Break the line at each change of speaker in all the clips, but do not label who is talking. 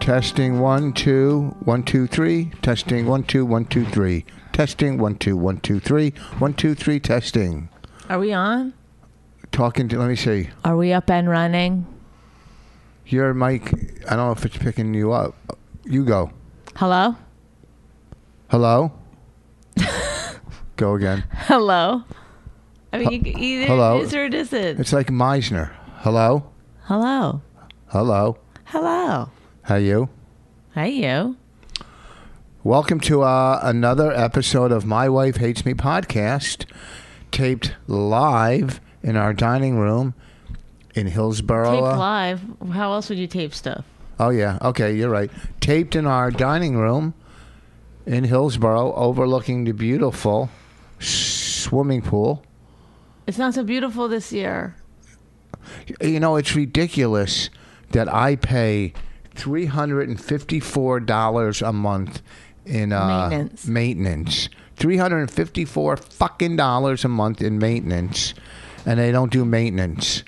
Testing one two one two three. Testing one two one two three. Testing one two one two three. One two three. Testing.
Are we on?
Talking to. Let me see.
Are we up and running?
Your mic. I don't know if it's picking you up. You go.
Hello?
Hello. go again.
Hello? I mean, you- either
hello?
it is or it isn't.
It's like Meisner. Hello.
Hello?
Hello.
Hello?
How you?
Hey, you.
Welcome to uh, another episode of My Wife Hates Me podcast, taped live in our dining room in Hillsborough.
Tape live. How else would you tape stuff?
Oh yeah. Okay, you're right. Taped in our dining room in Hillsborough, overlooking the beautiful swimming pool.
It's not so beautiful this year.
You know, it's ridiculous that I pay three hundred and fifty-four dollars a month in uh,
Maintenance.
Maintenance. Three hundred and fifty-four fucking dollars a month in maintenance, and they don't do maintenance.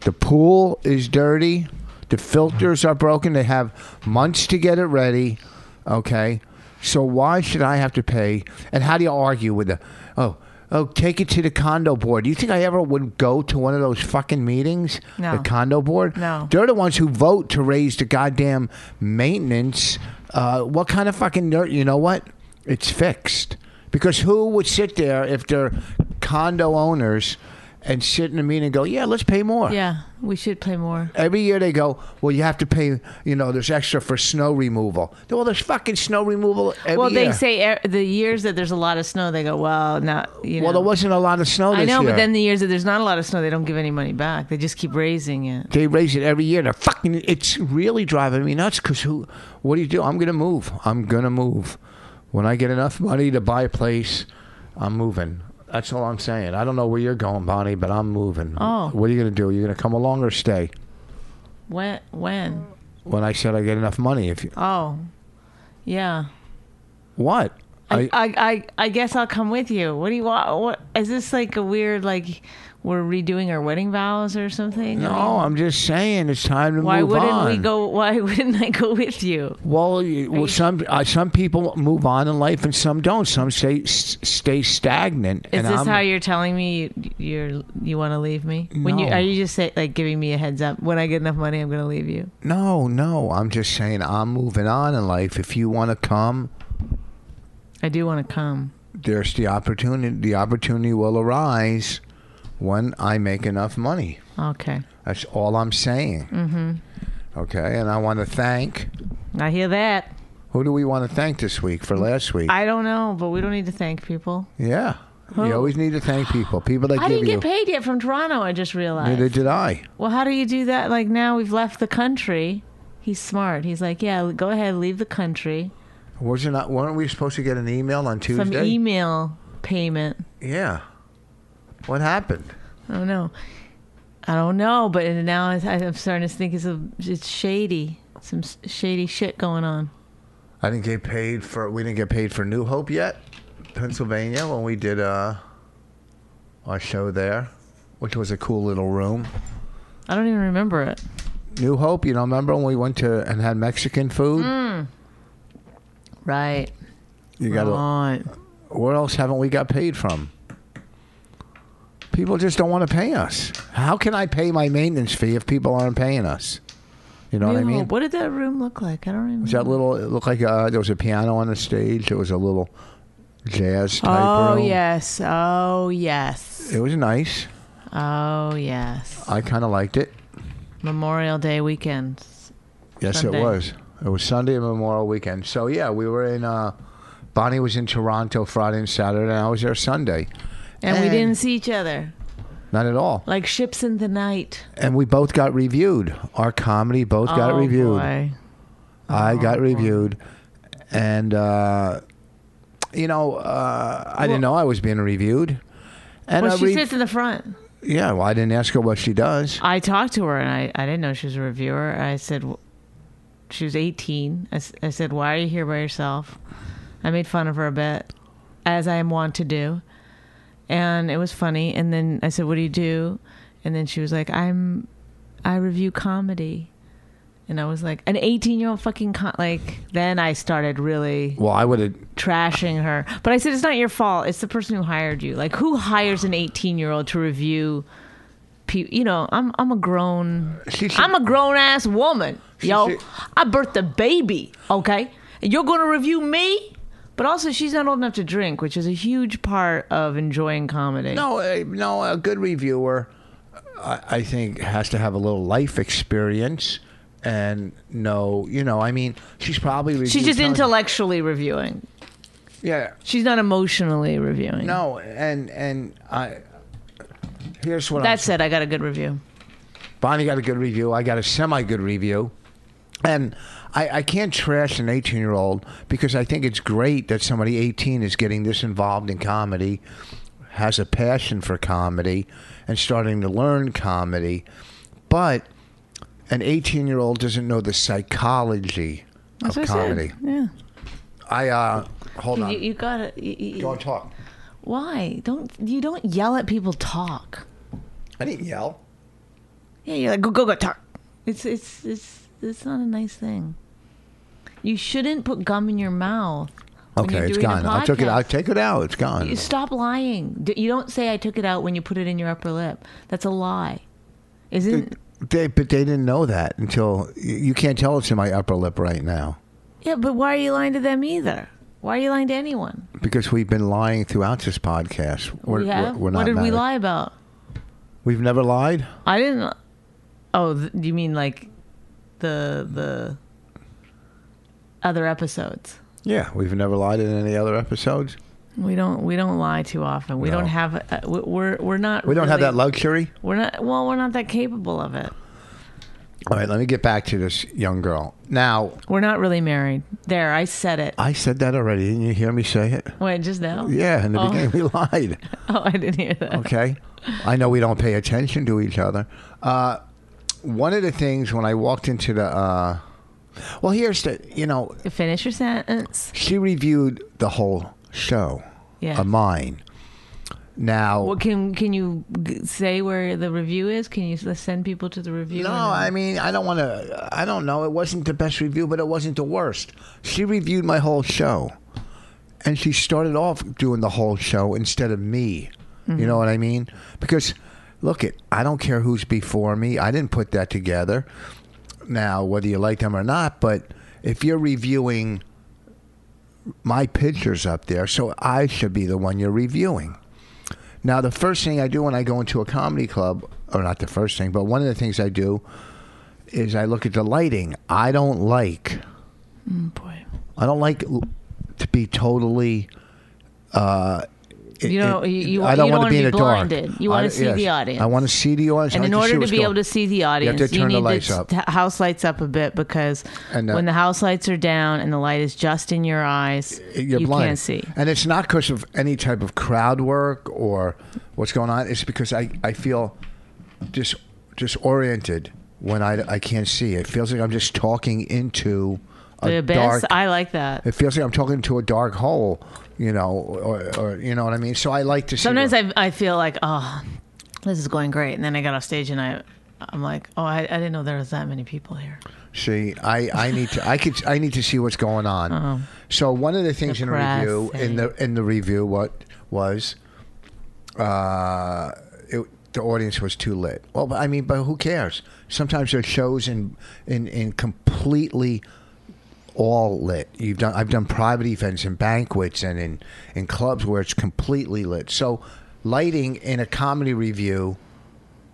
The pool is dirty. The filters are broken. They have months to get it ready. Okay. So why should I have to pay? And how do you argue with the oh oh take it to the condo board? Do you think I ever would go to one of those fucking meetings?
No.
The condo board?
No.
They're the ones who vote to raise the goddamn maintenance. Uh, what kind of fucking dirt? You know what? It's fixed. Because who would sit there if they're condo owners and sit in a meeting and go, yeah, let's pay more?
Yeah, we should play more.
Every year they go, well, you have to pay, you know, there's extra for snow removal. Well, there's fucking snow removal every
well,
year.
they say er, the years that there's a lot of snow, they go, well, not, you know.
well, there wasn't a lot of snow this
I know,
year.
but then the years that there's not a lot of snow, they don't give any money back. They just keep raising it.
they raise it every year. They're fucking. It's really driving me nuts. Cause who? What do you do? I'm gonna move. I'm gonna move. When I get enough money to buy a place, I'm moving. That's all I'm saying. I don't know where you're going, Bonnie, but I'm moving.
Oh.
What are you gonna do? Are you gonna come along or stay?
When? When?
When I said I get enough money, if you
Oh, yeah.
what?
I, I, I, I guess I'll come with you. What do you want? What is this like a weird like we're redoing our wedding vows or something? I mean,
no, I'm just saying it's time to
why
move
wouldn't
on.
we go? Why wouldn't I go with you?
Well, you, well some uh, some people move on in life and some don't. Some stay s- stay stagnant.
Is
and
this
I'm,
how you're telling me you, you're you want to leave me? When you
No.
are you just say, like giving me a heads up? When I get enough money, I'm going to leave you.
No, no. I'm just saying I'm moving on in life. If you want to come,
I do want to come.
there's the opportunity. The opportunity will arise when I make enough money.
Okay,
That's all I'm saying. Mm-hmm. Okay, and I want to thank.
I hear that.
Who do we want to thank this week for last week?
I don't know, but we don't need to thank people.
yeah, you
Who?
always need to thank people. People that
I
give
didn't
you.
get paid yet from Toronto. I just realized.
Neither did I.
well, how do you do that? Like now we've left the country. He's smart. He's like, yeah, go ahead, leave the country.
Wasn't I, weren't we supposed to get an email on Tuesday?
Some email payment.
Yeah. What happened?
I don't know. I don't know, but now I- I'm starting to think it's a, it's shady. Some s- shady shit going on.
I didn't get paid for. We didn't get paid for New Hope yet, Pennsylvania, when we did uh, our show there, which was a cool little room.
I don't even remember it.
New Hope, you know, remember when we went to and had Mexican food?
Mm. Right.
You got. to
Right.
Where else haven't we got paid from? People just don't want to pay us. How can I pay my maintenance fee if people aren't paying us? You know what I
New
mean?
Hope. What did that room look like? I don't remember.
Was that little? It looked like uh, there was a piano on the stage. There was a little jazz type
oh
room.
yes. Oh yes.
It was nice.
Oh yes.
I kind of liked it.
Memorial Day weekend.
Yes,
Sunday.
it was. It was Sunday of Memorial Weekend. So yeah, we were in. Uh, Bonnie was in Toronto Friday and Saturday, and I was there Sunday.
And, we
And-
didn't see each other.
Not at all.
Like ships in the night.
And we both got reviewed. Our comedy both got
Oh,
reviewed.
boy. Oh,
I got reviewed, and uh, you know, uh, I didn't know I was being reviewed. And
Well,
I
she
re-
sits in the front.
yeah, well, I didn't ask her what she does.
I talked to her and I, I didn't know she was a reviewer. I said, w- she was 18. I, s- I said, why are you here by yourself? I made fun of her a bit, as I am wont to do. And it was funny. And then I said, what do you do? And then she was like, I'm, I review comedy. And I was like, an 18 year old fucking con-. like, then I started really
Well, I would have.
trashing her. But I said, it's not your fault. It's the person who hired you. Like, who hires an 18 year old to review? Pe- you know, I'm I'm a grown
She should-
I'm a grown ass woman, yo.
should-
I birthed a baby, okay. And you're going to review me, but also she's not old enough to drink, which is a huge part of enjoying comedy.
No, uh, no, a good reviewer, I, I think, has to have a little life experience and know, you know, I mean, she's probably.
she's
reviewed
just
tons-
intellectually reviewing.
Yeah.
She's not emotionally reviewing.
No, and and I. Here's what I'm
That said, I got a good review.
Bonnie got a good review. I got a semi good review. And I, I can't trash an 18 year old because I think it's great that somebody 18 is getting this involved in comedy, has a passion for comedy, and starting to learn comedy. But an 18 year old doesn't know the psychology of
what I said.
comedy.
Yeah,
I, uh, hold on.
you, you got it. You- you-
Go and talk.
Why? Don't you don't yell at people talk.
I didn't yell.
Yeah, you're like go go go talk. It's it's it's it's not a nice thing. You shouldn't put gum in your mouth. when
Okay,
you're
it's
doing a
gone. I took it
podcast.
out. Take it out. It's gone.
You stop lying. D- You don't say I took it out when you put it in your upper lip. That's a lie. Isn't
They, but they didn't know that until you, you can't tell it's in my upper lip right now
Yeah, but why are you lying to them either? Why are you lying to anyone?
because we've been lying throughout this podcast. We're,
we have?
we're, we're not.
what did we
married.
lie about?
We've never lied.
I didn't Oh, th- you mean like the the other episodes?
Yeah, we've never lied in any other episodes.
We don't we don't lie too often. We
No.
don't have uh, we- we're we're not
We don't have
really-
that luxury.
We're not well. We're not that capable of it.
All right, let me get back to this young girl. Now,
We're not really married. There, I said it.
I said that already. Didn't you hear me say it?
Wait, just now?
Yeah, in the
Oh.
beginning we lied.
Oh, I didn't hear that.
Okay. I know we don't pay attention to each other. Uh, one of the things when I walked into the, uh, well, here's the, you know,
Finish your sentence.
she reviewed the whole show
Yeah.
of mine. Now,
Well, can can you g- say where the review is? Can you s- send people to the review?
no,
and uh,
I mean, I don't want to, I don't know. It wasn't the best review, but it wasn't the worst. She reviewed my whole show. And she started off doing the whole show instead of me. You
Mm-hmm.
know what I mean? Because, look, it, I don't care who's before me. I didn't put that together. Now, whether you like them or not, but if you're reviewing my pictures up there, so I should be the one you're reviewing. Now, the first thing I do when I go into a comedy club, or not the first thing, but one of the things I do is I look at the lighting. I don't like,
then- boy,
I don't like l- to be totally. Uh,
You know, you- you-
I don't
you don't
want to be,
wanna
in
be
the dark.
blinded. You wanna
I-
see the audience.
I want to see the audience.
and
I
in
can see
order to
what's
be
going-
able to see the audience,
you have to turn
need
the lights
t-
up.
t- house lights up a bit because
And, uh,
when the house lights are down and the light is just in your eyes,
You're
you
blind.
can't see.
And it's not because of any type of crowd work or what's going on. It's because I, I feel dis, disoriented when I, I can't see. It feels like I'm just talking into a
The abyss.
dark.
I like that.
it feels like I'm talking to a dark hole, you know, or, or you know what I mean. So I like to see.
Sometimes
the-
I, I feel like, oh, this is going great. And then I got off stage and I, I'm like, oh, I, I didn't know there was that many people here.
See, I, I need to I could I need to see what's going on. So one of the things in a review in the in the review what was uh it, the audience was too lit. Well, but I mean, but who cares? Sometimes there's shows in in in completely all lit. You've done I've done private events and banquets and in in clubs where it's completely lit. So lighting in a comedy review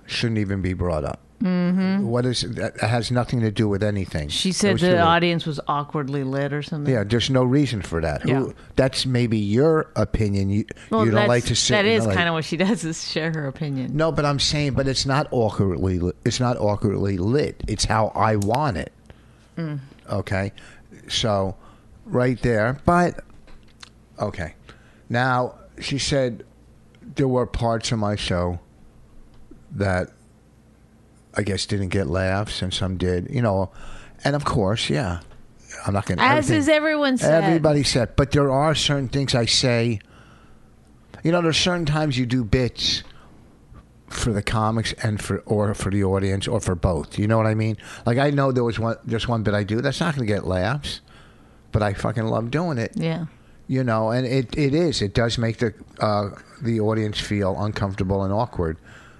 shouldn't even be brought up. Mm-hmm. What is that has nothing to do with anything.
She
That
said
was too-
the audience was awkwardly lit or something.
Yeah, there's no reason for that. Who-
Yeah.
that's maybe your opinion. You you don't
that's-
like to sit.
That
and
is
like-
kind of what she does is share her opinion.
No, but I'm saying, but it's not awkwardly. Li- it's not awkwardly lit. It's how I want it.
Mm.
Okay, so right there. But okay, now she said there were parts of my show that I guess didn't get laughs, and some did. You know, and of course, yeah, I'm not gonna.
As
everything-
is everyone said.
Everybody said, but there are certain things I say. You know, there's certain times you do bits for the comics and for or for the audience or for both. You know what I mean? Like I know there was one just one bit I do that's not going to get laughs, but I fucking love doing it.
Yeah.
You know, and it, it is it does make the uh, the audience feel uncomfortable and awkward.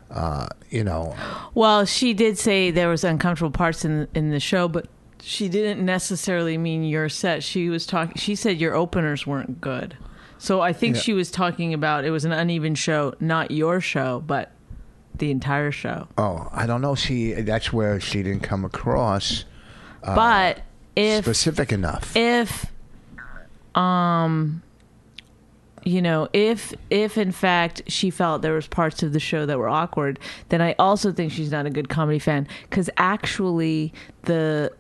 Uh, you know,
Well, she did say there was uncomfortable parts in in the show, but she didn't necessarily mean your set. She was talking. She said your openers weren't good. So I think
Yeah.
she was talking about it was an uneven show, not your show, but the entire show.
oh, I don't know. She that's where she didn't come across
but if
specific enough.
if um you know if if in fact she felt there was parts of the show that were awkward then i also think she's not a good comedy fan because actually the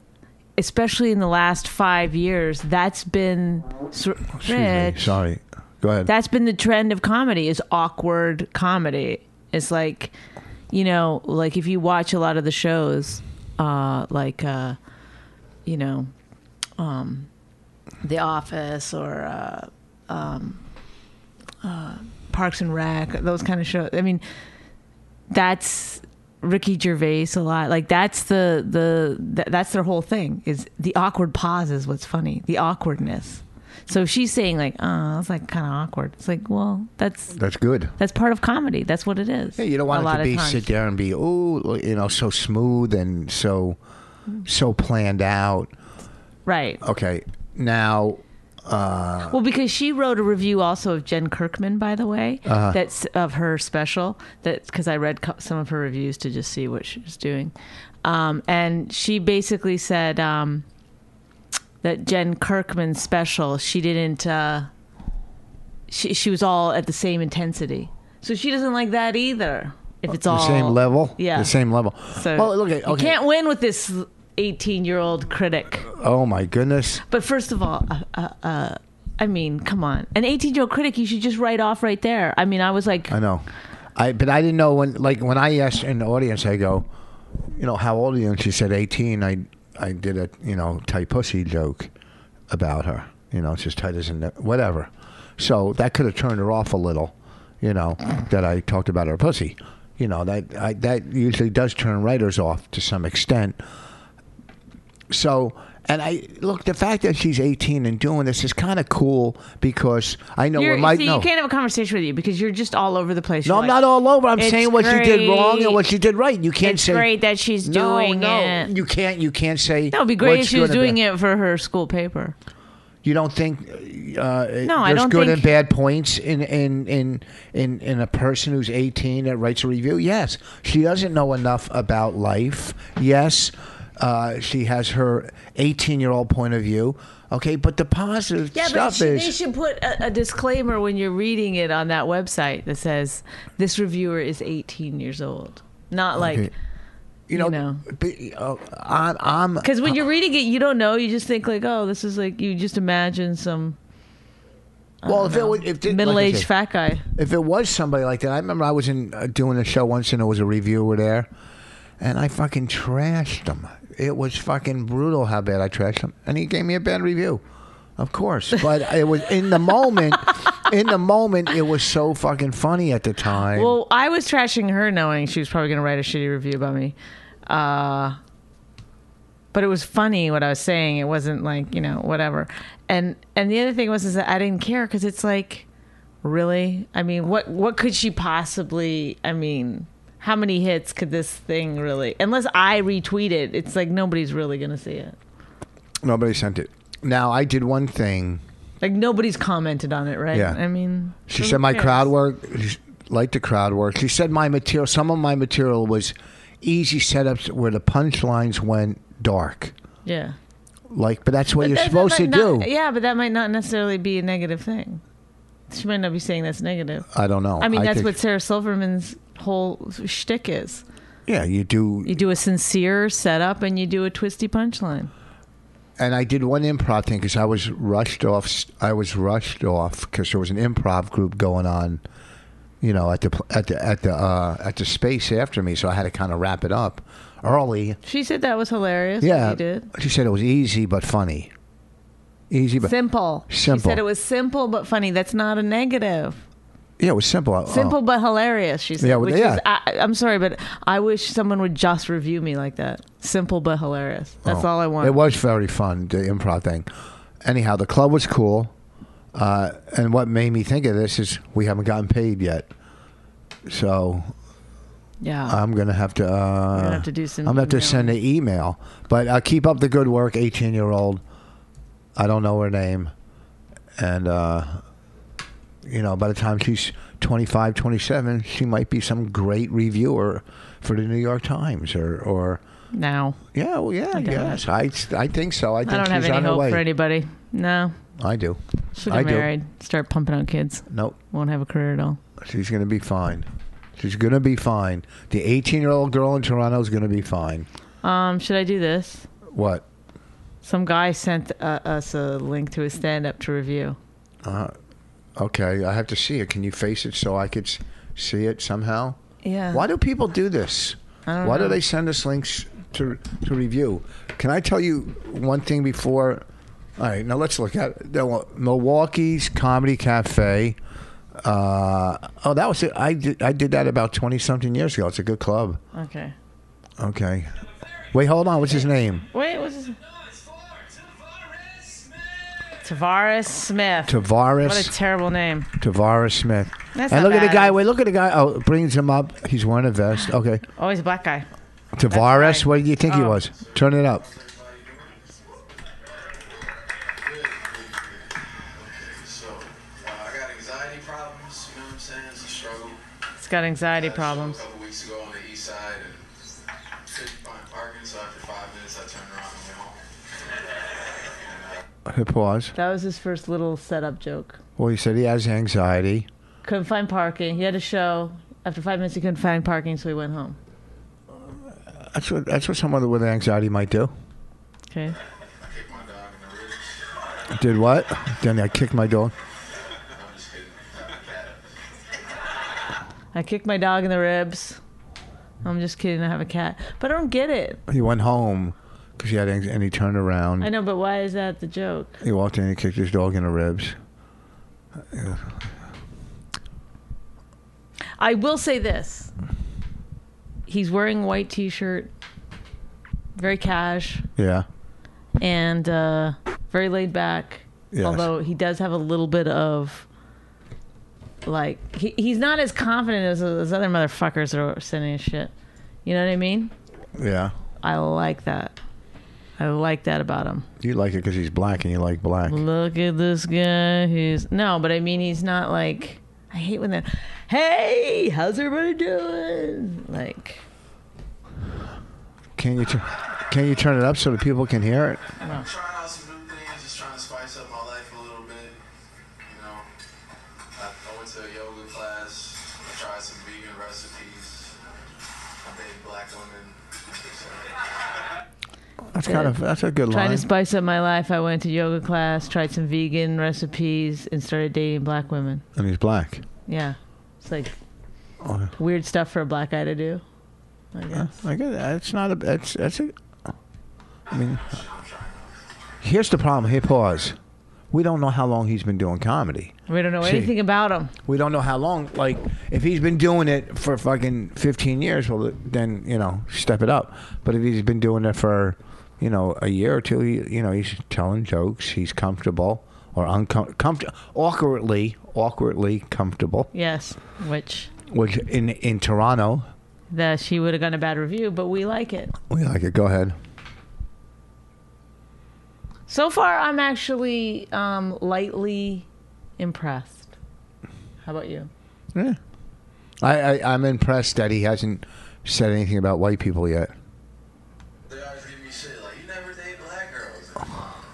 especially in the last five years that's been sor- eh,
Excuse me,
Rich,
Sorry, go ahead.
that's been the trend of comedy is awkward comedy it's like you know like if you watch a lot of the shows uh like uh you know um the office or uh um uh parks and rec those kind of shows i mean that's Ricky Gervais a lot. Like that's the the th- that's their whole thing is the awkward pause is what's funny, the awkwardness. So if she's saying like, "Oh, that's like kind of awkward." It's like, well, that's
That's good.
that's part of comedy. That's what it is.
Yeah, you don't
a
want it
lot
to
of
be
times.
sit there and be oh, you know, so smooth and so so planned out.
right?
Okay, now
Well, because she wrote a review also of Jen Kirkman, by the way,
Uh-huh.
that's of her special. That's because I read co- some of her reviews to just see what she was doing, um, and she basically said um, that Jen Kirkman's special she didn't uh, she she was all at the same intensity, so she doesn't like that either. If it's all
the same level,
yeah,
the same level.
So
well, look at
you
okay.
can't win with this eighteen-year-old critic.
oh my goodness,
But first of all, uh, uh, uh, I mean, come on, an 18 year old critic, you should just write off right there. I mean, I was like,
I know. I but I didn't know when like when I asked in the audience, I go, you know, how old are you? And she said eighteen. I I did a you know tight pussy joke about her. You know, it's as tight as a ne- whatever. So that could have turned her off a little. You know that I talked about her pussy. You know that I, that usually does turn writers off to some extent. So, and I look the fact that she's 18 and doing this is kind of cool because I know
you're,
when Mike.
see,
no.
you can't have a conversation with you because you're just all over the place.
No,
You're
I'm
like,
not all over. I'm
"It's
saying what you did wrong and
great.
what you did right. You can't
It's
say
great that she's
no,
doing
no.
it.
You can't. You can't say
That would be great if
what's
she was
good and
doing
bad.
it for her school paper.
You don't think uh,
No, I
there's
don't
good
think-
and bad points in in, in in in a person who's 18 that writes a review? Yes, she doesn't know enough about life. Yes, uh, she has her 18 year old point of view. Okay, but the positive stuff
they
is
should put a, a disclaimer when you're reading it on that website that says this reviewer is 18 years old. Not
Okay.
like
you know,
you know.
be- uh, I'm, I'm
because when you're reading it, you don't know. You just think like, oh, this is like you just imagine some
well if it would if it- like I
middle-aged
said,
fat guy.
if it was somebody like that, I remember I was in uh, doing a show once and there was a reviewer there, and I fucking trashed them. It was fucking brutal how bad I trashed him, and he gave me a bad review, of course. But it was in the moment. In the moment, it was so fucking funny at the time.
Well, I was trashing her knowing she was probably going to write a shitty review about me. Uh, but it was funny what I was saying. It wasn't like, you know, whatever. And and the other thing was is that I didn't care cuz it's like really? I mean, what what could she possibly, I mean, how many hits could this thing really? Unless I retweet it, it's like nobody's really going to see it.
Nobody sent it. Now I did one thing.
Like nobody's commented on it, right?
Yeah.
I mean,
She
who
said my
cares?
crowd work, she liked the crowd work. She said my material, some of my material was easy setups where the punchlines went dark.
Yeah.
Like, but that's what
But
you're
that- that
supposed to
might not-
do.
Yeah, but that might not necessarily be a negative thing. She might not be saying that's negative.
I don't know.
I mean, that's
think-
what Sarah Silverman's whole shtick is.
Yeah, you do.
You do a sincere setup and you do a twisty punchline.
and I did one improv thing because I was rushed off. I was rushed off because there was an improv group going on, you know, at the pl- at the at the uh, at the space after me. So I had to kind of wrap it up early.
She said that was hilarious. what
Yeah,
you did
she said it was easy but funny. Easy but
simple. She
Simple.
said it was simple but funny. That's not a negative.
yeah, it was simple. Oh.
Simple but hilarious. She said.
Yeah, well,
which
yeah.
Is, I, I'm sorry, but I wish someone would just review me like that. Simple but hilarious. That's all I want.
Oh. It was very fun, the improv thing. Anyhow, the club was cool. Uh, and what made me think of this is we haven't gotten paid yet. So
yeah.
I'm going to have to. Uh,
We're gonna have to do some
I'm going to have to
email.
send an email. But uh, keep up the good work, 18 year old. I don't know her name. And, uh, you know, by the time she's 25, 27, she might be some great reviewer for the New York Times or. or
now
yeah, well, yeah,
doubt
yes. I, I think so. I think
I don't
she's
have any
on her
hope
way.
for anybody. No.
I do.
Should
I
get
do.
married. Start pumping out kids.
Nope.
Won't have a career at all.
She's going to be fine. She's going to be fine. The 18 year old girl in Toronto is going to be fine.
Um, should I do this?
What?
Some guy sent uh, us a link to his stand up to review.
Okay, I have to see it. Can you face it so I could s- see it somehow?
Yeah.
Why do people do this?
don't
Why do
know.
they send us links to to review? Can I tell you one thing before? All right, now let's look at it. There were Milwaukee's Comedy Cafe. Uh, oh, that was it. I did, I did that about 20 something years ago. It's a good club.
Okay.
Okay. Wait, hold on. What's his name?
Wait, what's his Tavares Smith. What a
Tavares.
terrible name.
Tavares Smith.
That's
and
not
look at the
bad.
guy. Wait, look at the guy. Oh, it brings him up. He's wearing a vest. Okay.
Always a black guy.
Tavares.
right.
What do you think he
Oh.
was? Turn it up.
So, uh, I got anxiety problems, you know what I'm saying? It's a struggle.
He's got anxiety problems.
A couple weeks ago on the east side and couldn't find parking, so after five minutes, I turned around and went home.
Hit pause.
That was his first little setup joke.
Well, he said he has anxiety.
Couldn't find parking. He had a show. After five minutes, he couldn't find parking, so he went home.
That's what that's what someone with anxiety might do.
Okay.
I kicked my dog in the ribs.
Did what? Then I kicked my dog.
I'm just kidding. Not my cat.
I kicked my dog in the ribs. I'm just kidding. I have a cat, but I don't get it.
He went home because he had anxiety, and he turned around.
I know, but why is that the joke?
He walked in and he kicked his dog in the ribs.
I will say this. He's wearing a white t-shirt, very cash
Yeah.
and uh, very laid back.
Yes.
Although he does have a little bit of like he, he's not as confident as those other motherfuckers that are sending his shit. You know what I mean?
Yeah.
I like that. I like that about him.
You like it because he's black and you like black.
look at this guy who's no but i mean he's not like i hate when they're hey how's everybody doing like
Can you tu- can you turn it up so the people can hear it?
I'm trying out some new things, just trying to spice up my life a little bit. You know, I, I went to a yoga class, I tried some vegan recipes, I dated black women.
That's kind of that's a good
trying
line.
to spice up my life i went to yoga class tried some vegan recipes and started dating black women
and he's black.
yeah it's like
Oh.
weird stuff for a black guy to do i guess
I get that. It's not a. That's that's a. I mean, here's the problem. Here, pause. We don't know how long he's been doing comedy.
we don't know
See.
anything about him
We don't know how long. Like, if he's been doing it for fucking 15 years, well, then you know, step it up. But if he's been doing it for, you know, a year or two, he, you know, he's telling jokes. He's comfortable or uncomfortable, awkwardly, awkwardly comfortable.
yes which
Which in in Toronto,
that she would have gotten a bad review but we like it
we like it. Go ahead.
So far, I'm actually um, lightly impressed. How about you?
I, I I'm impressed that he hasn't said anything about white people yet.
They always give me shit like, you never date black girls.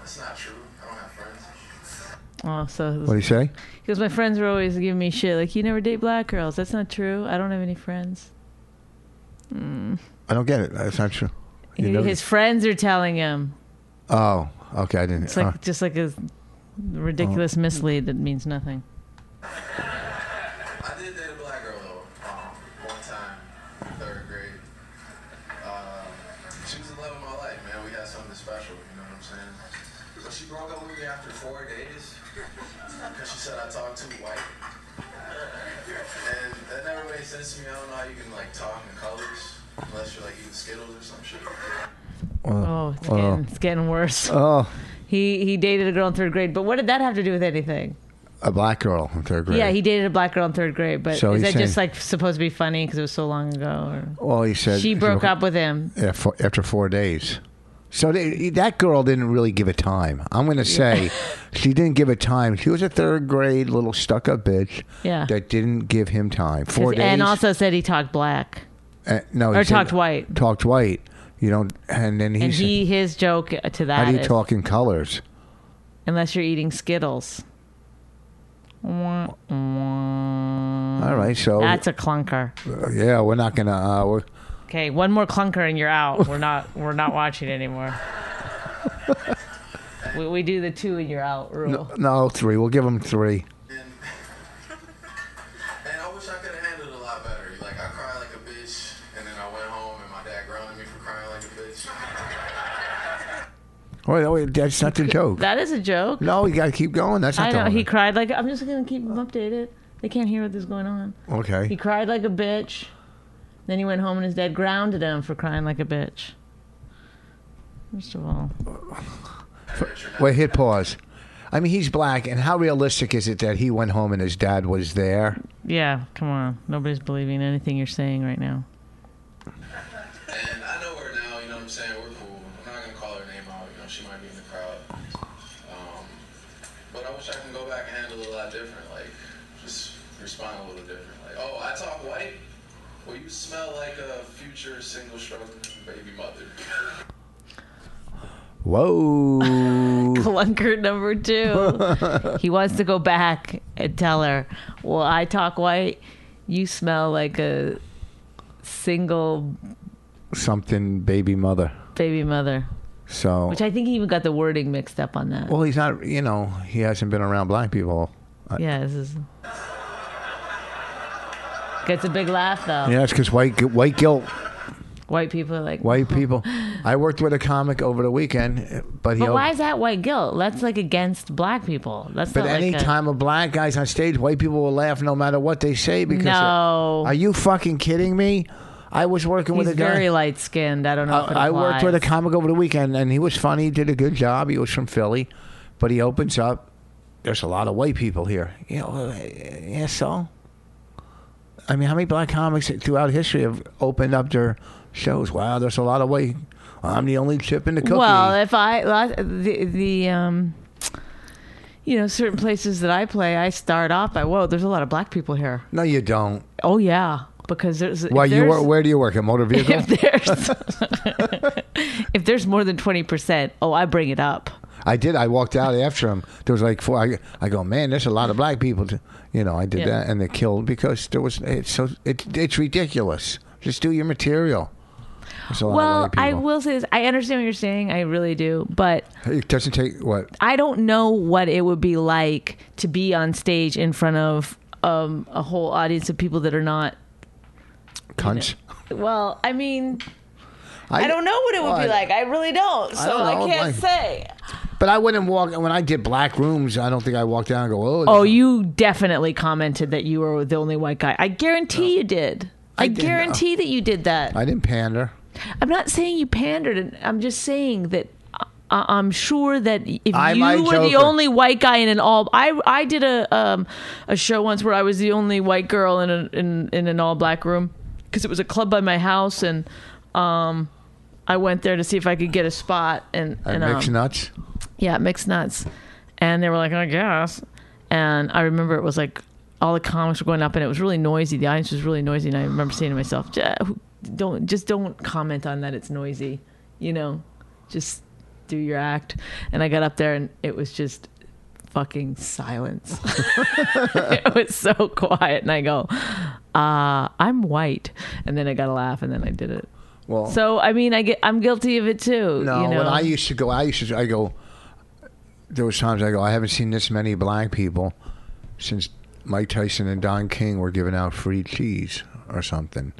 That's not true. I don't have friends.
Oh, so
What do you say?
because my friends were always giving me shit like you never date black girls. That's not true. I don't have any friends.
I don't get it. That's not true. You
He-
know-
His friends are telling him.
oh, okay. I didn't.
It's like
uh,
just like a
Oh.
ridiculous mislead that means nothing.
I did date a black girl though, um, one time, in third grade. Um, she was the love of my life, man. We had something special, you know what I'm saying? But she broke up with me after four days because she said I talked too white. And that never made sense to me. I don't know how you can like talk in colors unless you're like eating Skittles or some shit.
Oh, it's getting, it's getting worse.
oh,
He he dated a girl in third grade, but what did that have to do with anything?
a black girl in third grade.
Yeah, he dated a black girl in third grade, but
So
is that
he's
just
saying-
like supposed to be funny because it was so long ago?
Well, he
Or
said
she broke up with him.
Yeah, fo- after four days. So they, that girl didn't really give a time. I'm going to say she didn't give a time. She was a third grade little stuck up bitch
Yeah.
that didn't give him time. Four
'Cause-
days.
And also said he talked black.
Uh, no, he
or
said-
talked white.
Talked white. You know, and then he
And
said,
he his joke to that
How do you
is,
talk in colors?
unless you're eating Skittles.
Oh.
Wah, wah.
All right, so
That's a clunker.
yeah, we're not going to. Uh, we're,
Okay, one more clunker and you're out. We're not we're not watching anymore. we, we do the two and you're out rule.
no, three. We'll give him three.
And, and I wish I could have handled it a lot better. Like, I cried like a bitch, and then I went home, and my dad grounded me for crying like a bitch.
Oh, no, wait, that's not the joke.
That is a joke.
no, you got to keep going. That's not
I
the
know
whole-
he cried like I'm just gonna keep him updated. They can't hear what is going on.
Okay.
He cried like a bitch. Then he went home and his dad grounded him for crying like a bitch. First of all,
Wait, hit pause. I mean, he's black, and how realistic is it that he went home and his dad was there?
yeah, come on. Nobody's believing anything you're saying right now.
And I know her now, you know what I'm saying? We're cool. I'm not gonna call her name out, you know, she might be in the crowd. Um, but I wish I can go back and handle it a lot different, like, just respond a little different. Like, oh, I talk white? Well, you smell like a future single struggling baby mother.
Whoa.
Clunker number two. he wants to go back and tell her, Well, I talk white. You smell like a single
Something baby mother.
baby mother.
So,
Which I think he even got the wording mixed up on that.
well, he's not, you know, he hasn't been around black people.
yeah, this is. Gets a big laugh though.
Yeah, it's because white, gu- white guilt,
White people are like.
white people. I worked with a comic over the weekend, but he.
But why is that white guilt? That's like against black people. That's
but
not
any
like a-
time a black guy's on stage, white people will laugh no matter what they say because.
No.
Are you fucking kidding me? I was working
He's
with a guy.
very light skinned. I don't know. if it
I, I worked with a
applies.
comic over the weekend, and he was funny. Did a good job. He was from Philly, but he opens up. There's a lot of white people here. You know, uh, yeah. So, I mean, how many black comics throughout history have opened up their shows? Wow, there's a lot of white. I'm the only chip in the cookie.
Well, if I la- the the um, you know, certain places that I play, I start off by whoa. There's a lot of black people here.
no, you don't.
Oh yeah, because there's if
Well, you
there's-
work, where do you work? A motor vehicle?
If there's if there's more than twenty percent, oh, I bring it up.
I did. I walked out after him. There was like four. I, I go, man, there's a lot of black people. to-" You know, I did
Yeah.
that, and they killed because there was. It's so it, it's ridiculous. Just do your material. There's a lot
Well,
of white
I
people.
will say this. I understand what you're saying. I really do, but
It doesn't take what
I don't know what it would be like to be on stage in front of um, a whole audience of people that are not.
cunts.
Well, I mean, I don't know what it would be
well, I-
like. I really don't. So I,
don't know,
can't
like-
say.
But I wouldn't walk when I did black rooms. I don't think I walked down and go, oh.
Oh,
there's a-"
you definitely commented that you were the only white guy. I guarantee you did. I,
didn't.
guarantee that you did that.
I didn't pander.
I'm not saying you pandered. and I'm just saying that I, I'm sure that if
I might
you were the
joke or-
only white guy in an all, I I did a um a show once where I was the only white girl in a, in in an all black room because it was a club by my house and um. I went there to see if I could get a spot, and,
I
and
mixed
um,
nuts.
yeah, mixed nuts. And they were like, I guess. And I remember it was like all the comics were going up and it was really noisy. The audience was really noisy. And I remember saying to myself, "Ja- who- don't just don't comment on that it's noisy you know just do your act and i got up there and it was just fucking silence it was so quiet and i go uh i'm white and then i got a laugh and then i did it
Well,
so i mean i get i'm guilty of it too
no.
you know?
When I used to go, I used to. I go. There was times I go. I haven't seen this many black people since Mike Tyson and Don King were giving out free cheese or something.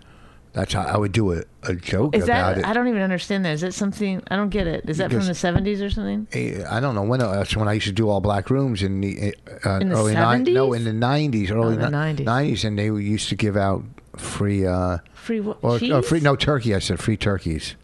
That's how I would do a, a joke
is
about
that
it.
i don't even understand that is that something i don't get it is that
Because-
from the 70s or something
Eh, I don't know when that's when I used to do all black rooms in the uh,
In the
early nine- no
70s?
in the nineties early
the
ni-
90s.
90s and they used to give out free uh,
free what
or,
cheese?
or free no turkey I said free turkeys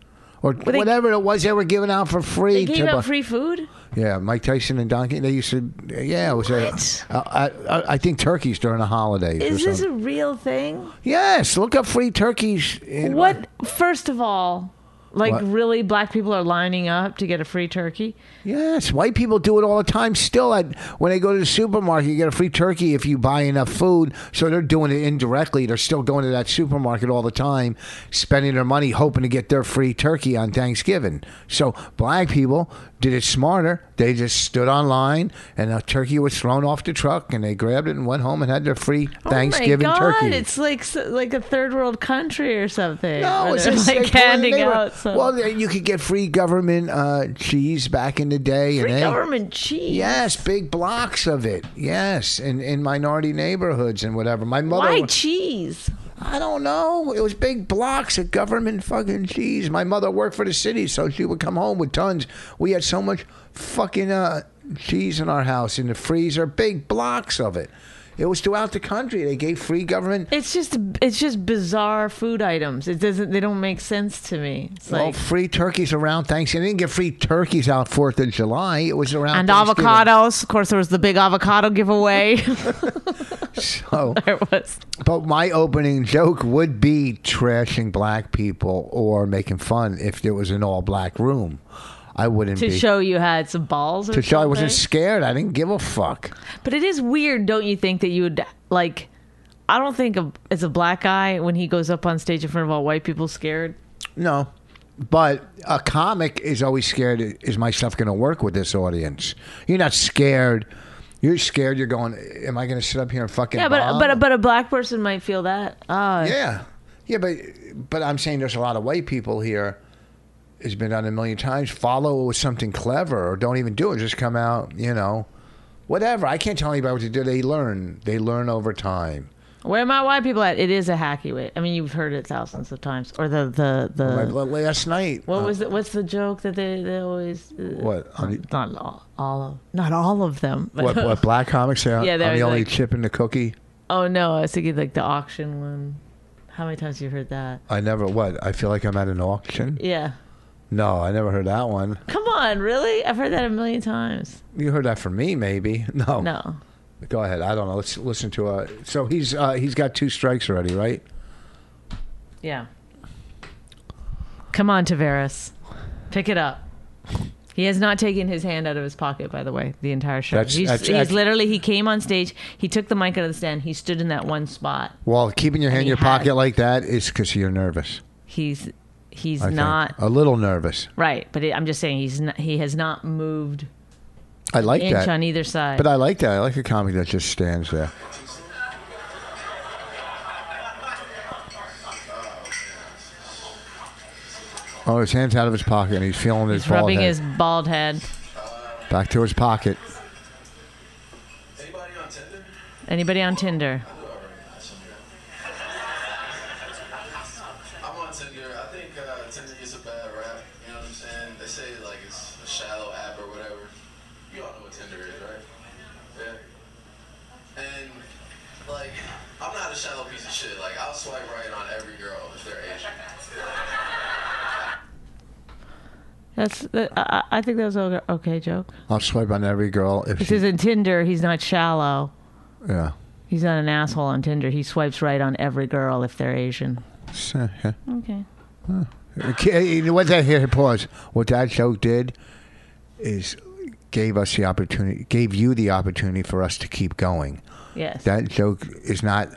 or
they-
whatever it was they were giving out for free
they gave
to
out
bu-
free food
yeah Mike Tyson and Don King they used to yeah it was a-
What?
I- I- I think turkeys during the holidays
is
or
this a
something.
real thing
yes look up free turkeys in-
What? First of all, like
What?
really, black people are lining up to get a free turkey.
Yes, white people do it all the time. Still, at, when they go to the supermarket, you get a free turkey if you buy enough food. So they're doing it indirectly. They're still going to that supermarket all the time, spending their money hoping to get their free turkey on Thanksgiving. So black people did it smarter. They just stood online, and a turkey was thrown off the truck, and they grabbed it and went home and had their free Thanksgiving
oh my God,
turkey.
It's like s- like a third world country or something.
No,
where
it's
they're,
just
like
they-
handing
they were-
out some
Well, they- you could get free government uh, cheese back in the day,
free
and they-
government cheese.
Yes, big blocks of it. Yes, in, in minority neighborhoods and whatever. My mother.
Why cheese?
I don't know. It was big blocks of government fucking cheese. My mother worked for the city, so she would come home with tons. We had so much fucking uh, cheese in our house in the freezer, big blocks of it. It was throughout the country. They gave free government.
It's just it's just bizarre food items. It doesn't they don't make sense to me. It's
well,
like
free turkeys around Thanksgiving. They didn't get free turkeys out Fourth of July. It was around
and
Thanksgiving.
avocados. Of course, there was the big avocado giveaway.
So
there was.
But my opening joke would be trashing black people or making fun if there was an all black room. I wouldn't
To
be.
show you had some balls. Or
to show I wasn't
something.
scared. I didn't give a fuck.
But it is weird, don't you think, that you would like? I don't think a, as a black guy when he goes up on stage in front of all white people scared.
No. But a comic is always scared is my stuff going to work with this audience? You're not scared. You're scared. You're going, am I going to sit up here and fucking
Yeah, but
bomb?
but but a black person might feel that. Uh,
Yeah, yeah, but but I'm saying there's a lot of white people here. It's been done a million times. Follow with something clever, or don't even do it. Just come out, you know, whatever. I can't tell anybody what to do. They learn. They learn over time.
where my white people at? It is a hacky way. I mean, you've heard it thousands of times. Or the the the
Like la- last night.
what
uh,
was it? What's the joke that they they always? Uh,
what? on the-
not all, all of not all of them. But
what? What? Black comics? Are,
Yeah,
I'm
there
the
was
only
like-
chip in the cookie.
oh no, I was thinking like the auction one. How many times have you heard that?
I never. What? I feel like I'm at an auction.
Yeah.
No, I never heard that one.
Come on, really? I've heard that a million times.
You heard that from me, maybe? No.
No.
Go ahead. I don't know. Let's listen to. Uh, so he's uh, he's got two strikes already, right?
Yeah. Come on, Tavares. Pick it up. He has not taken his hand out of his pocket, by the way, the entire show.
That's-
he's
that's-
he's
that's-
literally, he came on stage, he took the mic out of the stand, he stood in that one spot.
Well, keeping your hand in
he
your
had-
pocket like that is because you're nervous.
He's he's
I think. uh,
not
a little nervous.
right, but it, I'm just saying he's not, he has not moved
I like
inch
that,
on either side.
but I like that. I like a comic that just stands there. Oh, his hand's out of his pocket, and he's feeling his
he's
bald
rubbing
head.
his bald head.
back to his pocket.
Anybody on Tinder?
Anybody on Tinder?
I'm on Tinder. I think uh, Tinder gets a bad rap. You know what I'm saying? They say like it's a shallow app or whatever. You all know what Tinder is, right? Yeah. And like, I'm not a shallow piece of shit. Like, I'll swipe right on every girl if they're Asian.
That's that, I, I I think that was a okay joke.
I'll swipe on every girl if
This
she,
isn't Tinder. He's not shallow.
yeah.
He's not an asshole on Tinder. He swipes right on every girl if they're Asian.
yeah.
Okay.
Okay, you know What that here pause. What that joke did is gave us the opportunity, gave you the opportunity for us to keep going.
Yes.
that joke is not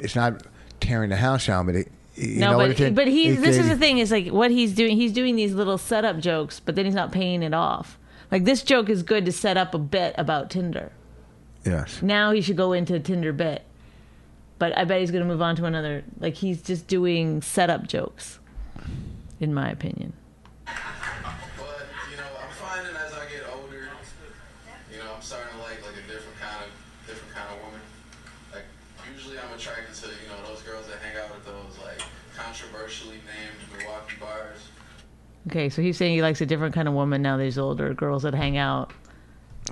it's not tearing the house down, but it, you
no,
know
but
what it-
but he's
it
this is
did-
the thing is like what he's doing. He's doing these little setup jokes, but then he's not paying it off. Like this joke is good to set up a bit about Tinder.
Yes.
Now he should go into a Tinder bit, but I bet he's going to move on to another. Like he's just doing setup jokes, in my opinion.
But you know, I'm finding as I get older, you know, I'm starting to like like a different kind of different kind of woman. Like usually, I'm attracted to you know those girls that hang out at those like controversially named Milwaukee bars.
Okay, so he's saying he likes a different kind of woman now. These older girls that hang out.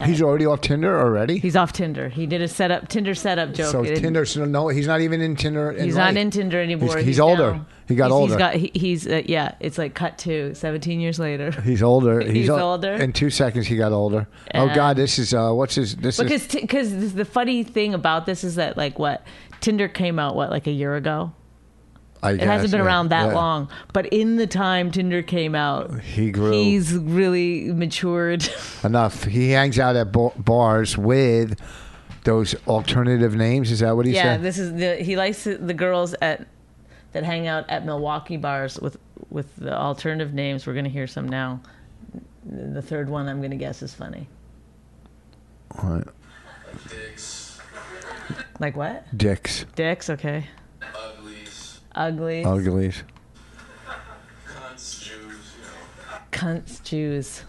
He's already off Tinder already.
He's off Tinder. He did a setup Tinder setup joke.
so
It-
Tinder, so no, he's not even in Tinder. in
He's
life.
not in Tinder anymore.
he's older.
now-
He got
he's-
older.
He's got. He, he's uh, yeah. It's like cut to 17 years later.
He's older. He's,
He's
o-
older.
In two seconds, he got older. oh
Yeah.
God, this is uh, what's his? This is
because because the funny thing about this is that like what Tinder came out what like a year ago.
I
It hasn't been around that
long.
long, but in the time Tinder came out,
He grew.
He's really matured.
enough. He hangs out at ba- bars with those alternative names. Is that what he
yeah,
said?
this is the he likes the, the girls at that hang out at Milwaukee bars with with the alternative names. We're gonna hear some now. The third one I'm gonna guess is funny.
All right.
Dicks,
Like what?
Dicks,
Dicks, okay.
uglies,
Ugly,
Oh. uglies.
cunts, Jews, you know.
cunts, Jews.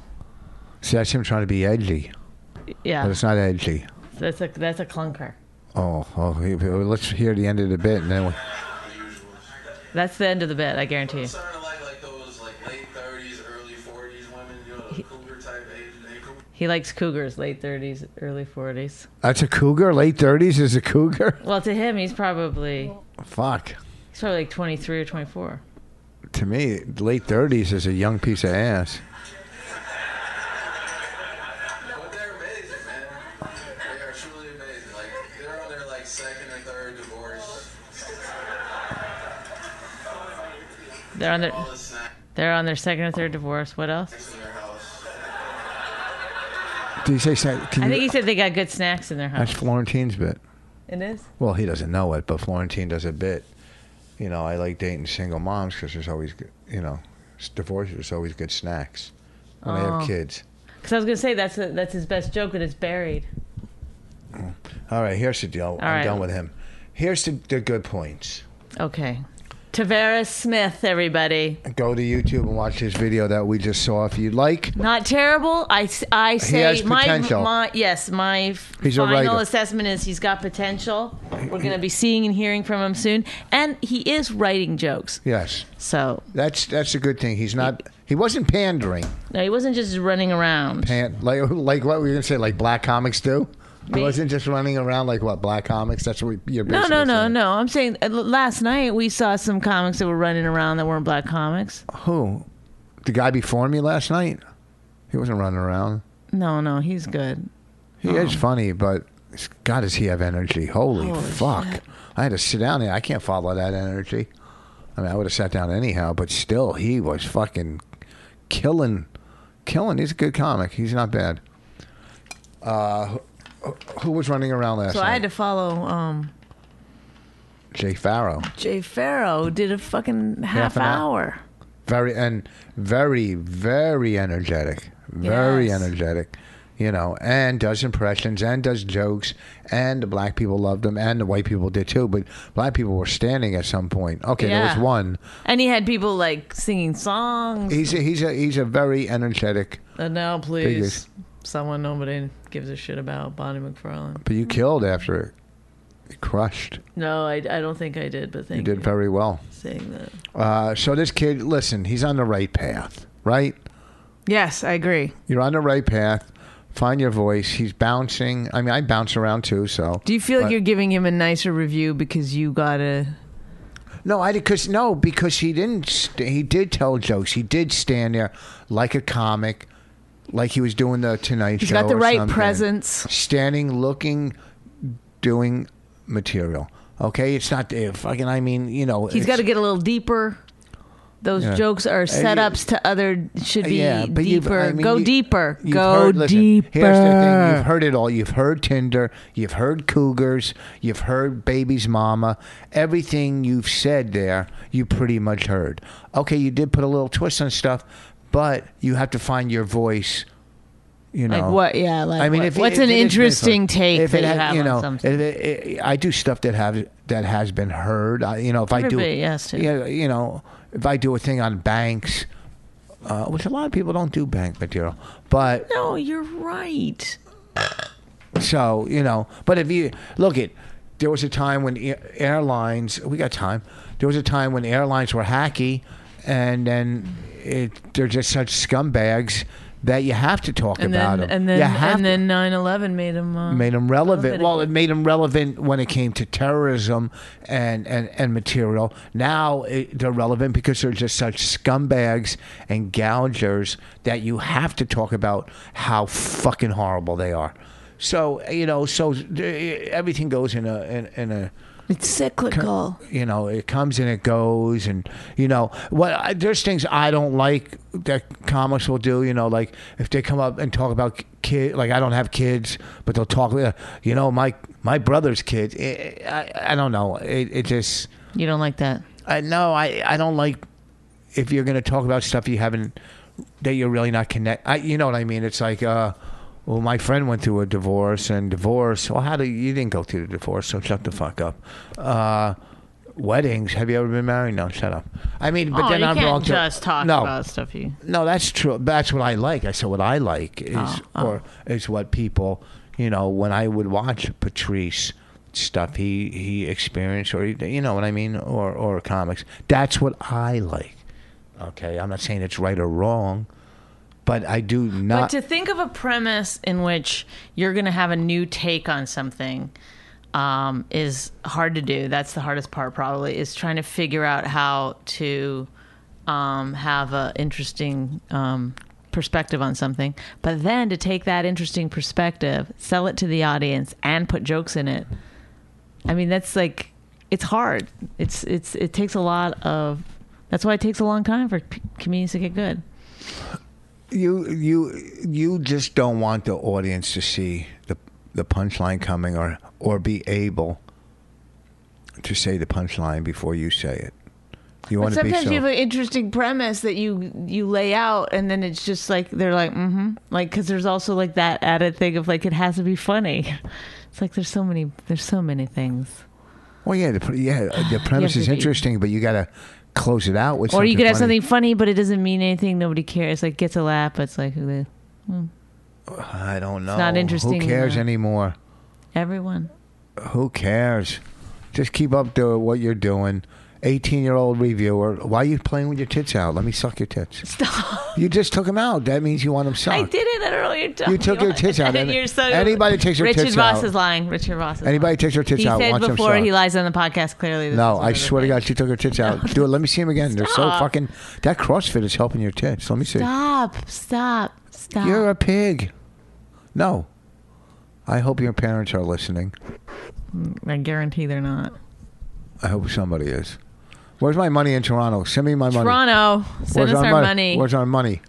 See, that's him trying to be edgy, but
Yeah,
it's not edgy.
that's a that's a clunker.
Oh, oh. he- Let's hear the end of the bit, and then we-
The usuals.
That's the end of the bit. I guarantee you.
I'm starting to like like those like late thirties, early forties women, you know, the cougar type age. They cougar
He likes cougars, late 30s, early 40s.
that's a cougar. Late thirties is a cougar.
Well, to him, he's probably
Fuck.
he's probably like 23 or 24.
To me, late thirties is a young piece of ass.
But they're amazing, man. They are truly amazing. Like they're on their like second or third divorce.
They're on their
All the snacks
they're on their second or third divorce. What else?
in their house.
Do you say? sa- Can
I
you,
think he said they got good snacks in their
that's
house.
Florentine's bit.
It is.
Well, he doesn't know it, but Florentine does a bit. You know, I like dating single moms because there's always, good- you know, s- divorces. There's always good snacks when they have
Oh.
kids.
Because I was gonna say that's a, that's his best joke, and it's buried.
All right, here's the deal. I'm
right.
done with him. Here's the, the good points.
Okay. Tavares Smith, everybody.
Go to YouTube and watch this video that we just saw if you'd like.
Not terrible. I, s- I say
has
my,
potential.
my yes, my f-
He's a
final
writer.
assessment is he's got potential. We're going to be seeing and hearing from him soon, and he is writing jokes.
Yes,
So
that's that's a good thing. He's not. He wasn't pandering.
No, he wasn't just running around.
Pan, like like what were you gonna say? Like black comics do. He
Me?
wasn't just running around like what black comics. That's what you're.
No, no,
basically
no,
saying.
no. I'm saying uh, l- last night we saw some comics that were running around that weren't black comics.
Who? The guy before me last night. He wasn't running around.
No, no, he's good.
He is
Um,
funny, but God, does he have energy? Holy, fuck! I had to sit down there. I can't follow that energy. I mean, I would have sat down anyhow, but still, he was fucking killing, killing. He's a good comic. He's not bad. Uh, who, who was running around last
So
night?
I had to follow um,
Jay Farrow.
Jay Farrow. Did a fucking half,
an hour.
hour.
Very and very, very energetic. Very
Yes.
energetic. You know, and does impressions and does jokes, and the black people loved him, and the white people did too. But black people were standing at some point. Okay, there
Yeah.
was one.
And he had people like singing songs.
He's a, he's a he's a very energetic.
and now, please,
Biggest.
someone nobody gives a shit about, Bonnie McFarlane.
But you killed after it. You crushed.
No, I, I don't think I did, but
You
thank you,
did very well.
for saying that.
Uh, so this kid, listen, he's on the right path, right?
Yes, I agree.
You're on the right path. Find your voice. He's bouncing. I mean, I bounce around too, so.
Do you feel
But-
like you're giving him a nicer review because you got a
No, I because no, because he didn't. St- he did tell jokes. He did stand there like a comic, like he was doing the Tonight
He's
Show.
got the
or
right
something.
presence.
Standing, looking, doing material. Okay, it's not eh, fucking. I mean, you know,
He's got to get a little deeper. Those
Yeah.
jokes are setups to other should be deeper.
I mean,
Go
you-
deeper.
you've
Go
heard- listen,
deeper.
Here's the thing: you've heard it all. You've heard Tinder. You've heard Cougars. You've heard Baby's Mama. Everything you've said there, you pretty much heard. Okay, you did put a little twist on stuff, but you have to find your voice. You know,
Like what? Yeah. Like
I mean,
what-
if it-
what's
if
an
it is
interesting
different,
take
if
that
it
you
ha-
have
you know,
on something?
if it- it- I do stuff that have that has been heard. I, you know, if I
Everybody
do,
has to.
Yeah, you know, if I do a thing on banks, uh, which a lot of people don't do bank material, but
no, you're right.
so you know, but if you look at, there was a time when air- airlines. We got time. There was a time when airlines were hacky, and then it, they're just such scumbags that you have to talk
And
about
then,
them.
and then,
you have
and
to.
then 9/11 made him. Uh,
made them relevant.
Relevant.
Well, it made them relevant when it came to terrorism and and, and material. Now it, they're relevant because they're just such scumbags and gougers that you have to talk about how fucking horrible they are. So you know, so uh, everything goes in a in, in a
it's cyclical.
you know it comes and it goes and you know what I, there's things i don't like that comics will do you know like if they come up and talk about kid like i don't have kids but they'll talk uh, you know my my brother's kid Eh, i, I don't know it, it just
You don't like that.
i no i i don't like if you're going to talk about stuff you haven't that you're really not connect i you know what i mean it's like uh well, my friend went through a divorce, and divorce. Well, how do you didn't go through the divorce? So shut the fuck up. Uh, weddings. Have you ever been married? No, shut up. I mean, but
oh,
then
you
I'm
can't
wrong. to-
just talk
no,
about stuff you.
no, that's true. That's what I like. I said what I like is
Oh, oh.
or is what people, you know, when I would watch Patrice stuff he he experienced or he- you know what I mean or or comics. That's what I like. Okay, I'm not saying it's right or wrong, but I do
But
not.
to think of a premise in which you're going to have a new take on something um, is hard to do. That's the hardest part, probably, is trying to figure out how to um, have an interesting um, perspective on something. But then to take that interesting perspective, sell it to the audience, and put jokes in it. I mean, that's like it's hard. It's it's it takes a lot of. That's why it takes a long time for p- comedians to get good.
you you you just don't want the audience to see the the punchline coming or or be able to say the punchline before you say it. You
But
want to be
sometimes
so.
you have an interesting premise that you you lay out, and then it's just like they're like, mm-hmm, like because there's also like that added thing of like it has to be funny. It's like there's so many there's so many things.
Well, yeah, the, pre- yeah, uh, the premise
to
is
be-
interesting, but you got to close it out with.
or
something
you could have
funny.
something funny, but it doesn't mean anything. Nobody cares. Like gets a laugh, but it's like ugh,
I don't know.
not interesting uh,
Who cares
enough.
anymore?
everyone.
Who cares? Just keep up to what you're doing. 18 year old reviewer, why are you playing with your tits out? Let me suck your tits.
Stop.
You just took them out. That means you want them sucked.
I did it at an earlier time.
You took your tits out,
And
and
you're so
anybody takes their
Richard
tits
Ross
out-
is lying. Richard Ross is
Anybody
lying.
takes their tits
he
out, watch
said
them
before
suck.
he lies on the podcast. Clearly, this
No,
is
I
another
swear to
thing.
God, she took her tits out. Do it. Let me see them again. They're so
Stop.
fucking. That CrossFit is helping your tits. Let me see.
Stop! Stop! Stop!
You're a pig. No. I hope your parents are listening.
I guarantee they're not.
I hope somebody is. Where's my money in Toronto? Send me my money.
Toronto, send
Where's
us our money.
Where's our money?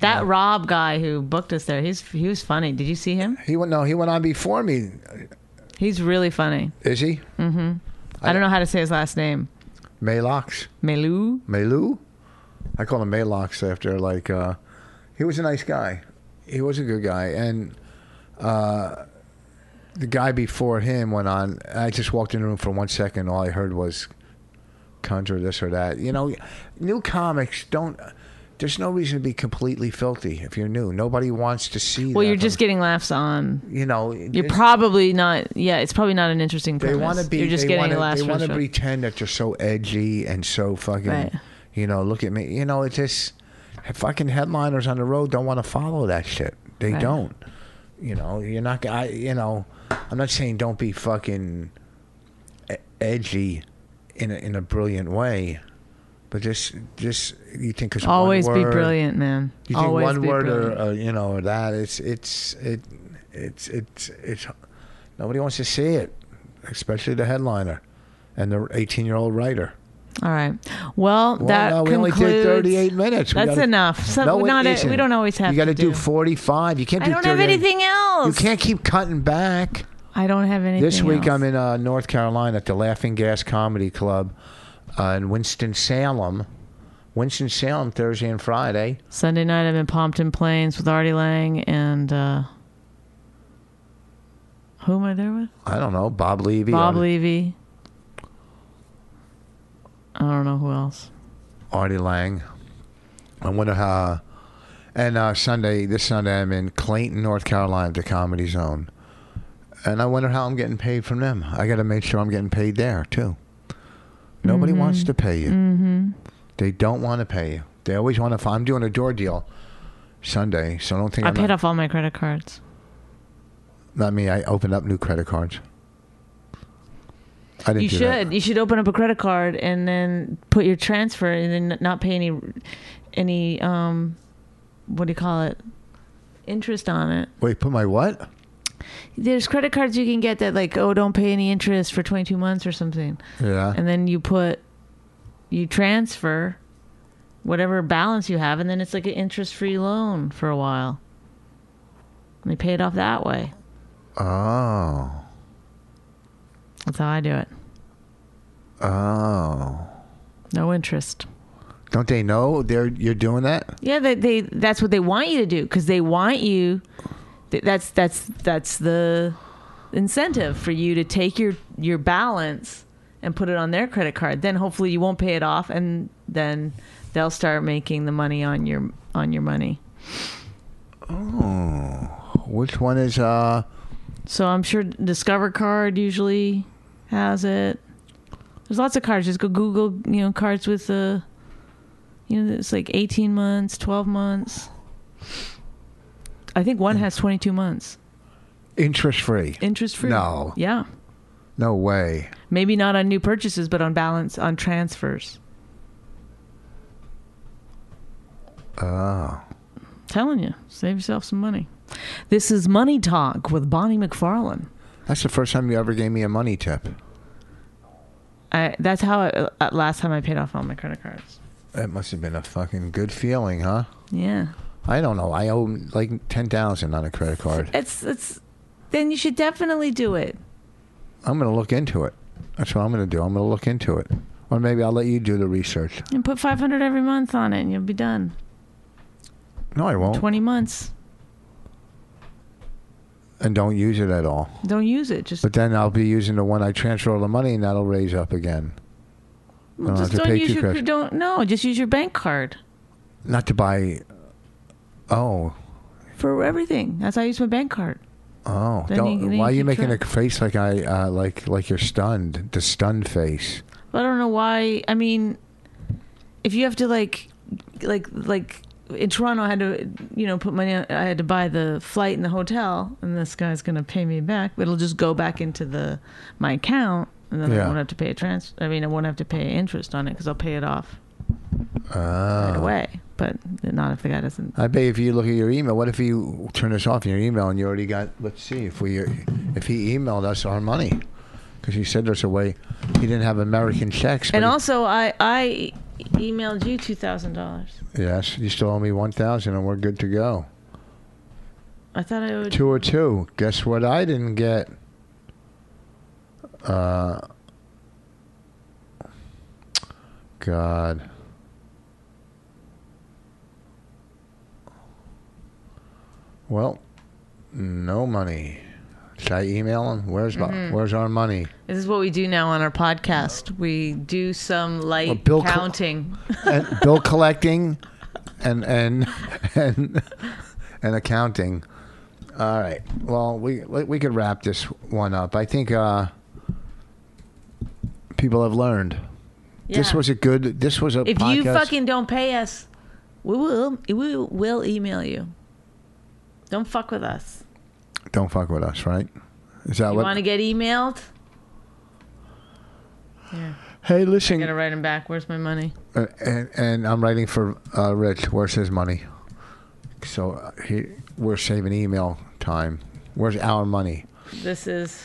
that Rob guy who booked us there, he's he was funny. Did you see him?
He went. No, he went on before me.
He's really funny.
Is he?
Mm. I, don't know how to say his last name.
Maylocks.
Melu.
Melu. I call him Maylocks after like. Uh, he was a nice guy. He was a good guy, and uh, the guy before him went on. I just walked in the room for one second. All I heard was conjure this or that. You know, new comics don't. There's no reason to be completely filthy if you're new. Nobody wants to see.
Well,
that
you're
from-
just getting laughs on.
you know
You're
it's-
probably not. Yeah, it's probably not an interesting.
they
premise.
want to be
You're just
they
getting
wanna,
a laugh
they
from
wanna
the show.
pretend that they're so edgy and so fucking
Right.
you know look at me you know it's just fucking headliners on the road don't want to follow that shit they
Right.
don't you know you're not I, you know i'm not saying don't be fucking e- edgy in a, in a brilliant way but just just you think it's
Always
one
be
word-
brilliant, man.
you think
Always
one
be
word or,
brilliant.
or you know or that it's it's it it's it's it's nobody wants to see it, especially the headliner and the 18 year old writer.
All right. Well,
Well,
that
no, we only
concludes.
did 38 minutes. We
That's
gotta-
enough. So
No, it
not a-
isn't.
we don't always have
You gotta
to do.
do 45. You can't
I
do
don't have
38.
anything else.
You can't keep cutting back.
I don't have anything.
This week
else.
I'm in uh, North Carolina at the Laughing Gas Comedy Club uh, in Winston-Salem. Winston-Salem Thursday and Friday.
Sunday night. I'm in Pompton Plains with Artie Lang and uh, who am I there with?
I don't know. Bob Levy.
Bob
Artie-
Levy. I don't know who else.
Artie Lang. I wonder how. And uh, Sunday, this Sunday, I'm in Clayton, North Carolina, at the Comedy Zone. And I wonder how I'm getting paid from them. I got to make sure I'm getting paid there too. Nobody wants to pay you. Mm-hmm. They don't want to pay you. They always want to. I'm doing a door deal Sunday, so I don't think
I
am
paid off all my credit cards.
Not me. I opened up new credit cards. I didn't.
You
do
should.
that.
You should open up a credit card and then put your transfer and then not pay any, any um, what do you call it, interest on it.
Wait, put my what?
There's credit cards you can get that like oh don't pay any interest for 22 months or something,
Yeah.
and then you put, you transfer, whatever balance you have, and then it's like an interest-free loan for a while. And they pay it off that way.
oh.
That's how I do it.
Oh.
No interest.
Don't they know they're you're doing that?
Yeah, they, they that's what they want you to do because they want you. th- That's that's that's the incentive for you to take your your balance and put it on their credit card. Then hopefully you won't pay it off, and then they'll start making the money on your on your money.
Which one is uh
So I'm sure Discover Card usually has it. There's lots of cards. Just go Google, you know, cards with the, you know, it's like 18 months, 12 months. I think one has 22 months
interest free?
interest free.
No.
Yeah.
No way.
Maybe not on new purchases, but on balance on transfers.
Oh.
Telling you, save yourself some money. This is Money Talk with Bonnie McFarlane.
That's the first time you ever gave me a money tip.
I, that's how I, uh, last time I paid off all my credit cards.
That must have been a fucking good feeling, huh?
Yeah.
I don't know. I owe like ten thousand on a credit card.
It's it's then you should definitely do it.
I'm gonna look into it. That's what I'm gonna do. I'm gonna look into it. Or maybe I'll let you do the research.
And put 500 every month on it and you'll be done.
No, I won't.
20 months.
And don't use it at all.
Don't use it. Just
But then I'll be using the one I transfer all the money, and that'll raise up again. I don't
just
have uh, to
don't
pay
use
two
your
credits.
don't no, just use your bank card
Not to buy. Oh,
for everything. That's how I use my bank card.
Oh,
Then
don't,
you- then
why are
you
you
keep
making
track.
a face like I uh, like like you're stunned? The stunned face.
But I don't know why. I mean, if you have to like like like in Toronto I had to you know put money on- I had to buy the flight and the hotel and this guy's going to pay me back. It'll just go back into the my account and then I
Yeah.
won't have to pay a trans I mean, I won't have to pay interest on it cuz I'll pay it off.
Oh.
right away, but not if the guy doesn't.
I bet if you look at your email, what if you turn this off in your email and you already got? Let's see if we if he emailed us our money because he said there's a way he didn't have American checks. but
And
he-
also, I I emailed you two thousand dollars.
yes, you still owe me one thousand, and we're good to go.
I thought I would.
Two or two. Guess what? I didn't get. Uh. God. Well, no money. Should I email him? Where's my, where's our money?
This is what we do now on our podcast. We do some light
Well, Bill Cl-
counting.
and bill collecting, and and and and accounting. All right. Well, we we could wrap this one up. I think uh, people have learned. This
Yeah.
was a good. This was a.
If
podcast.
you fucking don't pay us, we will we will email you. Don't fuck with us.
don't fuck with us, right? Is that
You
what?
want to get emailed? Yeah,
hey,
I gotta
listen.
write him back. Where's my money?
uh, And, and I'm writing for uh, Rich. Where's his money? So uh, he, we're saving email time. Where's our money?
This is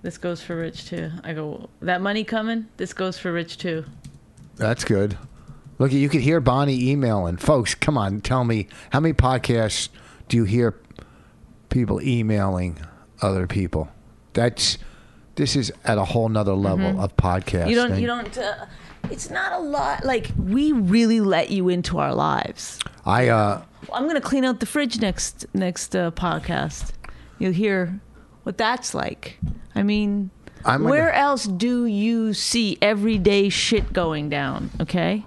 This goes for Rich too. I go, that money coming? This goes for Rich too.
That's good. Look, you could hear Bonnie emailing. Folks, come on, tell me how many podcasts do you hear people emailing other people? That's this is at a whole nother level of podcasting.
Mm-hmm. You don't. You don't. Uh, it's not a lot. Like we really let you into our lives.
I uh
I'm gonna clean out the fridge next next uh, podcast. You'll hear what that's like. I mean,
I'm gonna-
where else do you see everyday shit going down? Okay,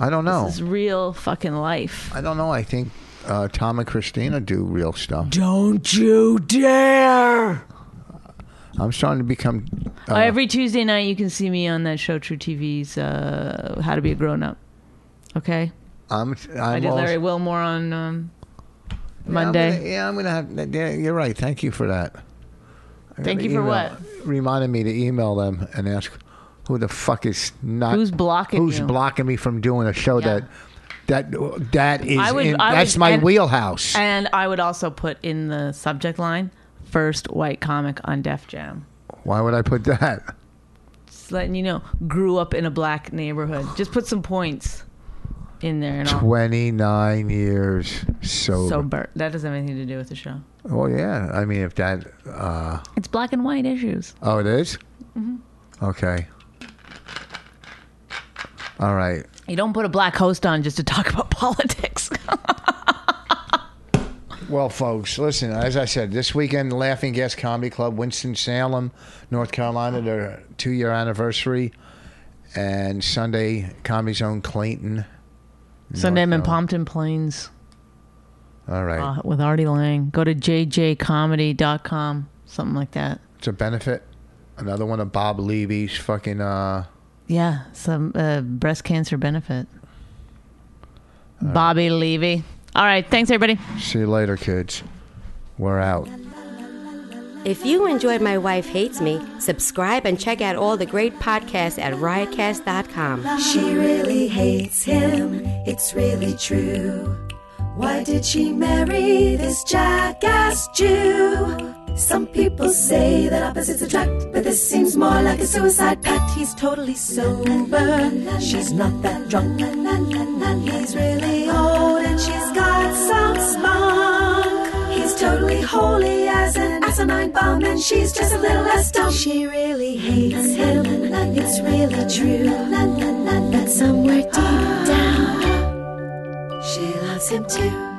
I don't know.
this is real fucking life.
I don't know. I think uh, Tom and Christina do real stuff.
Don't you dare!
I'm starting to become uh,
Every Tuesday night, you can see me on that show, True TV's uh, "How to Be a Grown Up." Okay,
I'm I'm
I did
also-
Larry Wilmore on um,
Yeah, I'm
Monday.
gonna- Yeah, I'm gonna have. Yeah, you're right. Thank you for that. I
Thank
gotta
you for
email-
what?
Reminded me to email them and ask who the fuck is not
Who's blocking
who's
you?
blocking me from doing a show
Yeah.
that that that is
I would-
in,
I would-
that's my
and-
wheelhouse.
And I would also put in the subject line first white comic on Def Jam.
Why would I put that?
Just letting you know, grew up in a black neighborhood. Just put some points in there and all.
Twenty nine years sober.
So Bert, that doesn't have anything to do with the show.
Oh yeah, I mean if that. Uh,
It's black and white issues.
oh, it is?
Mm-hmm.
Okay. All right.
You don't put a black host on just to talk about politics.
Well, folks, listen, as I said, this weekend, Laughing Gas Comedy Club, Winston-Salem, North Carolina, their two year anniversary. And Sunday, Comedy Zone Clayton.
Sunday I'm in
North Carolina.
Pompton Plains
All right.
uh, with Artie Lang. Go to jjcomedy.com, something like that.
it's a benefit. Another one of Bob Levy's fucking. Uh,
Yeah, some uh, breast cancer benefit. Bobby Levy. All right, thanks everybody.
see you later, kids. We're out.
If you enjoyed My Wife Hates Me, subscribe and check out all the great podcasts at riotcast.com.
She really hates him, it's really true. Why did she marry this jackass Jew? Some people say that opposites attract, but this seems more like a suicide pact. He's totally sober, she's not that drunk. He's really old and she's got some spunk. He's totally holy as an asinine bomb, and she's just a little less dumb. She really hates him, it's really true. But somewhere deep down, she loves him too.